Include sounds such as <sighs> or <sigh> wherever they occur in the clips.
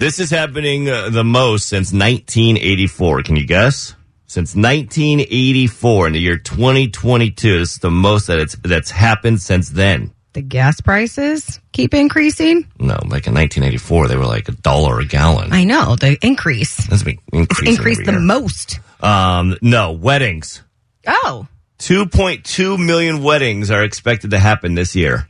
This is happening uh, the most since 1984. Can you guess? Since 1984 in the year 2022, this is the most that it's that's happened since then. The gas prices keep increasing. No, like in 1984, they were like a dollar a gallon. I know the increase. That's been increasing. It's increased the year. most. Um, no weddings. Oh, 2.2 million weddings are expected to happen this year.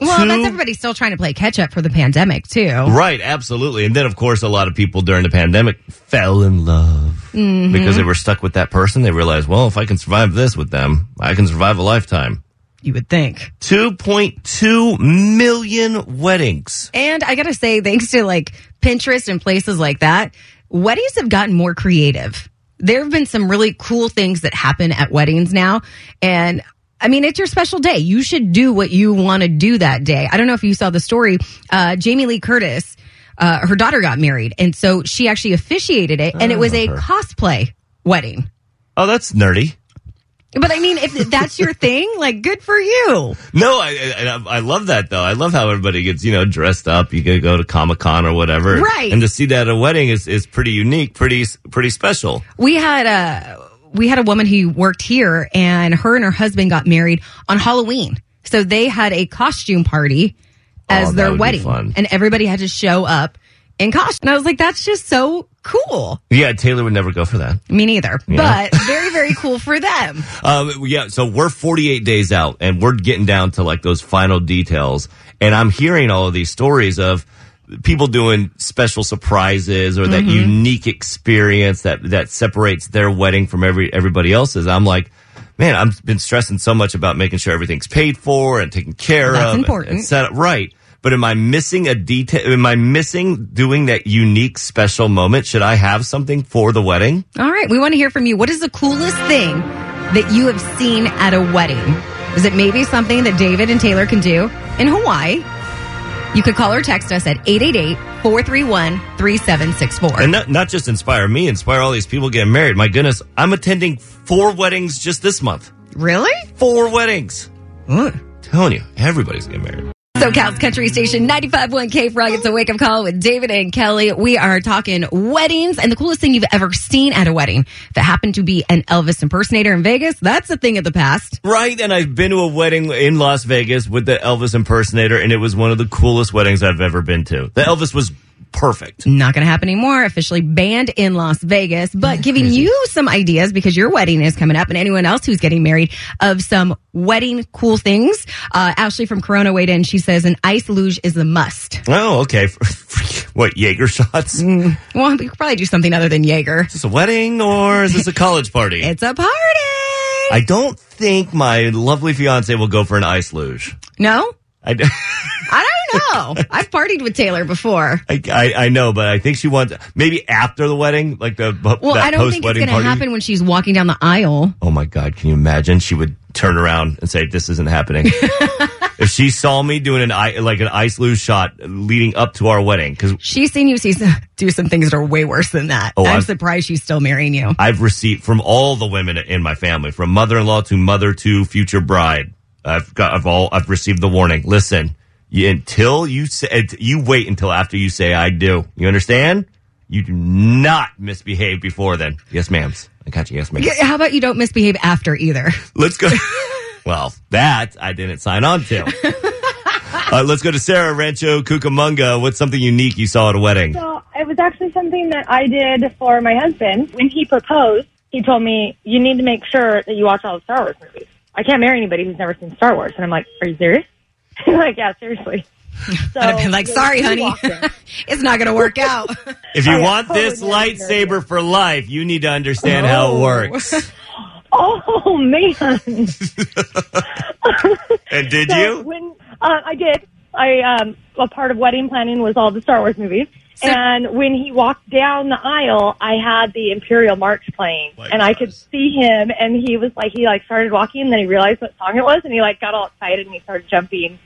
well, Two- that's everybody still trying to play catch up for the pandemic too. Right, absolutely. And then, of course, a lot of people during the pandemic fell in love because they were stuck with that person. They realized, well, if I can survive this with them, I can survive a lifetime. You would think. 2.2 million weddings. And I gotta say, thanks to like Pinterest and places like that, weddings have gotten more creative. There have been some really cool things that happen at weddings now. And I mean, it's your special day. You should do what you want to do that day. I don't know if you saw the story. Uh, Jamie Lee Curtis, uh, her daughter got married. And so she actually officiated it, and it was a cosplay wedding. Oh, that's nerdy. But I mean, if that's your thing, like, good for you. No, I, I I love that though. I love how everybody gets you know dressed up. You could go to Comic Con or whatever, Right. And to see that at a wedding is, is pretty unique, pretty pretty special. we had a we had a woman who worked here and her and her husband got married on halloween so they had a costume party as Oh, that their would be wedding fun. and everybody had to show up in costume and i was like that's just so cool Yeah, Taylor would never go for that. me neither Yeah. but very very cool for them <laughs> Um, yeah, so we're 48 days out and we're getting down to like those final details. And I'm hearing all of these stories of people doing special surprises or that Mm-hmm. unique experience that, that separates their wedding from every, everybody else's. I'm like, man, I've been stressing so much about making sure everything's paid for and taken care That's of. and- important. And set up right. But am I missing a detail? Am I missing doing that unique special moment? Should I have something for the wedding? all right we want to hear from you what is the coolest thing that you have seen at a wedding is it maybe something that david and taylor can do in hawaii you could call or text us at 888-431-3764 and not, not just inspire me, inspire all these people getting married. My goodness, I'm attending four weddings just this month. Really? Four weddings. Telling you, everybody's getting married. So, Cal's Country Station 95.1 K Frog. It's a wake up call with David and Kelly. We are talking weddings and the coolest thing you've ever seen at a wedding. If it happened to be an Elvis impersonator in Vegas, that's a thing of the past. Right, and I've been to a wedding in Las Vegas with the Elvis impersonator, and it was one of the coolest weddings I've ever been to. The Elvis was perfect. Not going to happen anymore. Officially banned in Las Vegas, but giving you some ideas because your wedding is coming up and anyone else who's getting married of some wedding cool things. Uh, Ashley from Corona weighed in. She says an ice luge is a must. Oh, okay. <laughs> what, Jaeger shots? Is Well, you could probably do something other than Jaeger. this a wedding or is this a college party? <laughs> It's a party. I don't think my lovely fiance will go for an ice luge. no? I, <laughs> I don't know. I've partied with Taylor before. I, I, I know, but I think she wants maybe after the wedding, like the Well, I don't post think it's wedding going to party. happen when she's walking down the aisle. Oh my god, can you imagine? She would turn around and say, "This isn't <laughs> happening." if she saw me doing an i- like an ice loose shot leading up to our wedding, because She's seen you see some, do some things that are way worse than that. Oh, I'm I've- surprised she's still marrying you. I've received from all the women in my family, from mother-in-law to mother to future bride. I've got I've all I've received the warning. Listen, you, until you say you wait until after you say I do. You understand? You do not misbehave before then. Yes, ma'ams. I got you. Yes, ma'am. Yeah, How about you don't misbehave after either? <laughs> Let's go. <laughs> well, that I didn't sign on to. Uh, let's go to Sarah Rancho Cucamonga. What's something unique you saw at a wedding? So it was actually something that I did for my husband. When he proposed, he told me, You need to make sure that you watch all the Star Wars movies. I can't marry anybody who's never seen Star Wars. And I'm like, Are you serious? <laughs> He's like, Yeah, seriously. <laughs> So I'd have been like, yeah, sorry, he honey. walked in. it's not going to <laughs> work out. If you I want this totally understand. lightsaber for life, you need to understand how it Oh. works. Oh, man. And did so you? When uh, I did, I um, a part of wedding planning was all the Star Wars movies, and when he walked down the aisle, I had the Imperial March playing, and I could see him. And he was like, he like started walking, and then he realized what song it was, and he like got all excited and he started jumping.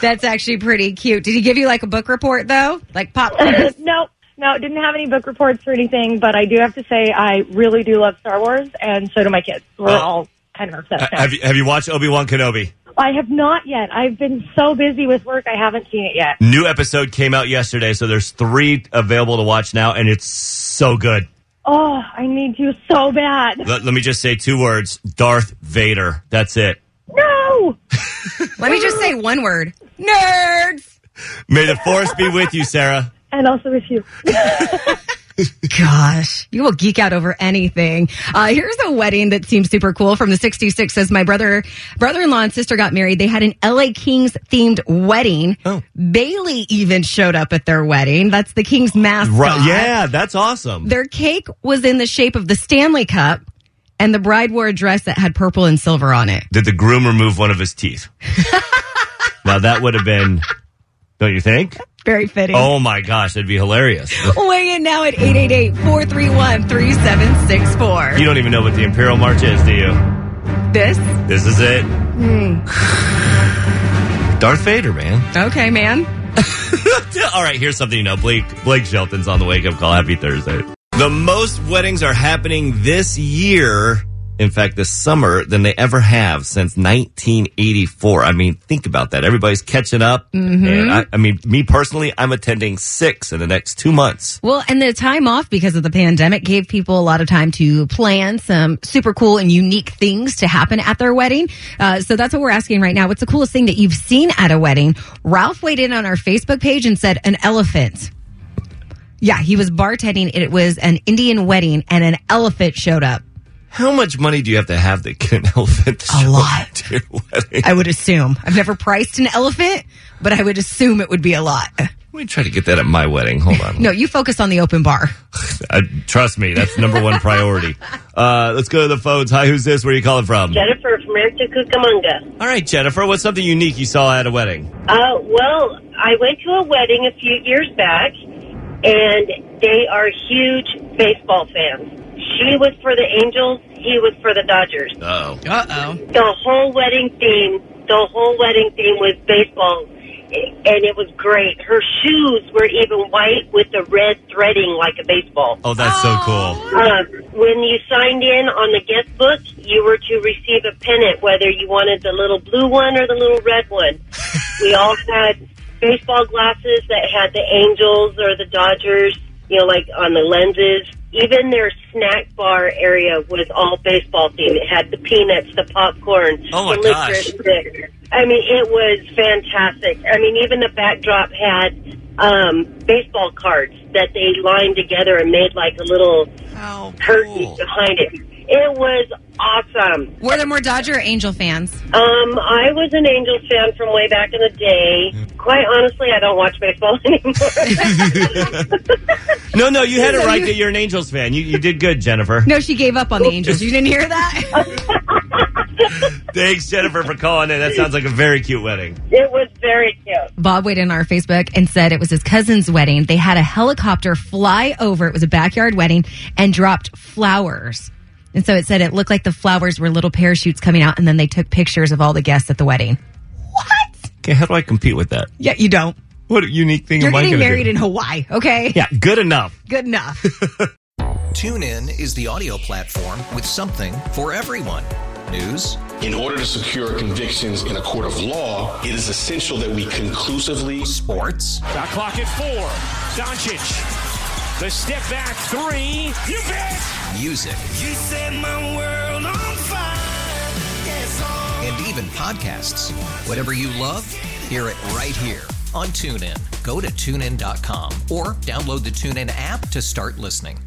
That's actually pretty cute. Did he give you like a book report though? Like pop <laughs> quiz? no, no, it didn't have any book reports or anything, but I do have to say I really do love Star Wars, and so do my kids. We're Oh. all kind of obsessed. now. Have you, have you watched Obi Wan Kenobi? I have not yet. I've been so busy with work, I haven't seen it yet. New episode came out yesterday, so there's three available to watch now, and it's so good. Oh, I need you so bad. Let, let me just say two words: Darth Vader. That's it. No. Let me just say one word. Nerds. May the force be with you, Sarah. And also with you. Gosh, you will geek out over anything. Uh, here's a wedding that seems super cool from the 66 says my brother, brother-in-law and sister got married. They had an LA Kings themed wedding. Oh. Bailey even showed up at their wedding. That's the Kings mascot. Right? Yeah, that's awesome. Their cake was in the shape of the Stanley Cup and the bride wore a dress that had purple and silver on it. Did the groom remove one of his teeth? now that would have been, don't you think? Very fitting. Oh my gosh, that'd be hilarious. Weigh in now at 888-431-3764. You don't even know what the Imperial March is, do you? this? This is it. <sighs> Darth Vader, man. Okay, man. All right, here's something you know. Blake Blake Shelton's on the wake up call. Happy Thursday. The most weddings are happening this year, in fact, this summer, than they ever have since 1984. I mean, think about that. Everybody's catching up. Mm-hmm. And I, I mean, me personally, I'm attending six in the next two months. Well, and the time off because of the pandemic gave people a lot of time to plan some super cool and unique things to happen at their wedding. Uh, so that's what we're asking right now. What's the coolest thing that you've seen at a wedding? Ralph weighed in on our Facebook page and said an elephant. Yeah, he was bartending. It was an Indian wedding and an elephant showed up. How much money do you have to have that can elephant to A show lot. up to your wedding? I would assume. I've never priced an elephant, but I would assume it would be a lot. Let me try to get that at my wedding. Hold on. No, you focus on the open bar. I, trust me, that's number one priority. Uh, let's go to the phones. Hi, who's this? Where are you calling from? Jennifer from Rancho Cucamonga. All right, Jennifer, what's something unique you saw at a wedding? Uh, well, I went to a wedding a few years back, and they are huge baseball fans. She was for the Angels, he was for the Dodgers. Oh, Uh oh. The whole wedding theme, the whole wedding theme was baseball, and it was great. Her shoes were even white with the red threading like a baseball. oh, that's so cool. Uh, when you signed in on the guest book, you were to receive a pennant, whether you wanted the little blue one or the little red <laughs> one. we all had baseball glasses that had the Angels or the Dodgers, you know, like on the lenses. Even their snack bar area was all baseball themed. It had the peanuts, the popcorn, Oh my the licorice gosh. stick. I mean, it was fantastic. I mean, even the backdrop had um, baseball cards that they lined together and made like a little How curtain behind it. It was awesome. Were there more Dodger or Angel fans? Um, I was an Angels fan from way back in the day. Quite honestly, I don't watch baseball <laughs> anymore. No, no, you had it right that you're an Angels fan. You, you did good, Jennifer. No, she gave up on the Angels. You didn't hear that? Thanks, Jennifer, for calling in. That sounds like a very cute wedding. it was very cute. Bob weighed in on our Facebook and said it was his cousin's wedding. They had a helicopter fly over. It was a backyard wedding and dropped flowers. And so it said it looked like the flowers were little parachutes coming out, and then they took pictures of all the guests at the wedding. What? Okay, how do I compete with that? Yeah, you don't. What unique thing You're am I getting gonna married do? in Hawaii, okay? yeah, good enough. Good enough. TuneIn is the audio platform with something for everyone. News, In order to secure convictions in a court of law, it is essential that we conclusively sports, The clock at four. Doncic. The step back three. You bet. music, You set my world on fire. Yes, oh. and even podcasts. Whatever you love, hear it right here on TuneIn. Go to tunein.com or download the TuneIn app to start listening.